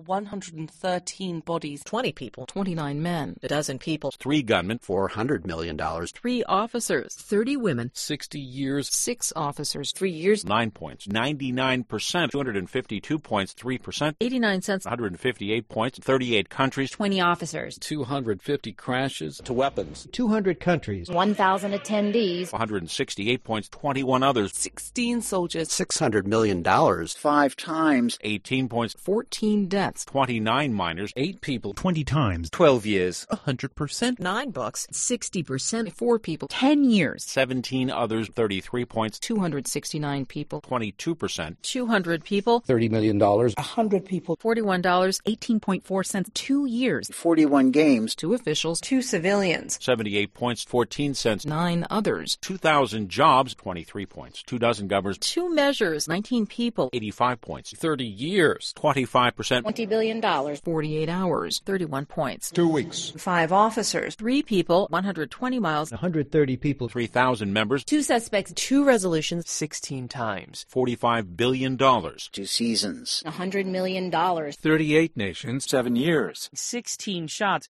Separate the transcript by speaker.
Speaker 1: 113 bodies,
Speaker 2: 20 people,
Speaker 3: 29 men,
Speaker 2: a dozen people,
Speaker 4: three gunmen, $400 million,
Speaker 2: three officers,
Speaker 3: 30 women,
Speaker 5: 60 years,
Speaker 3: 6 officers,
Speaker 2: three years,
Speaker 4: 9 points, 99%, 252.3%,
Speaker 2: 89 cents,
Speaker 4: 158 points, 38 countries,
Speaker 6: 20 officers,
Speaker 5: 250 crashes,
Speaker 4: to weapons,
Speaker 7: 200 countries,
Speaker 6: 1,000 attendees,
Speaker 4: 168 points, 21 others,
Speaker 1: 16 soldiers,
Speaker 4: $600 million,
Speaker 8: five times,
Speaker 4: 18 points,
Speaker 3: 14 deaths,
Speaker 4: 29 miners,
Speaker 5: 8 people,
Speaker 7: 20 times,
Speaker 9: 12 years,
Speaker 7: 100%,
Speaker 2: 9 books,
Speaker 3: 60%, 4 people,
Speaker 6: 10 years,
Speaker 4: 17 others, 33 points,
Speaker 3: 269 people,
Speaker 4: 22%,
Speaker 2: 200 people,
Speaker 9: $30 million,
Speaker 1: 100 people,
Speaker 2: $41,
Speaker 6: 18.4 cents, 2 years,
Speaker 8: 41 games,
Speaker 3: 2 officials,
Speaker 1: 2 civilians,
Speaker 4: 78 points, 14 cents,
Speaker 3: 9 others,
Speaker 4: 2,000 jobs, 23 points, 2 dozen governors,
Speaker 2: 2 measures, 19 people,
Speaker 4: 85 points,
Speaker 5: 30 years,
Speaker 4: 25%,
Speaker 6: $20 billion,
Speaker 3: 48 hours,
Speaker 2: 31 points,
Speaker 7: two weeks,
Speaker 1: 5 officers,
Speaker 2: 3 people, 120 miles,
Speaker 7: 130 people,
Speaker 4: 3,000 members,
Speaker 6: 2 suspects,
Speaker 2: 2 resolutions,
Speaker 9: 16 times,
Speaker 4: $45 billion,
Speaker 8: two seasons,
Speaker 6: $100 million.
Speaker 5: 38 nations,
Speaker 9: 7 years.
Speaker 2: 16 shots,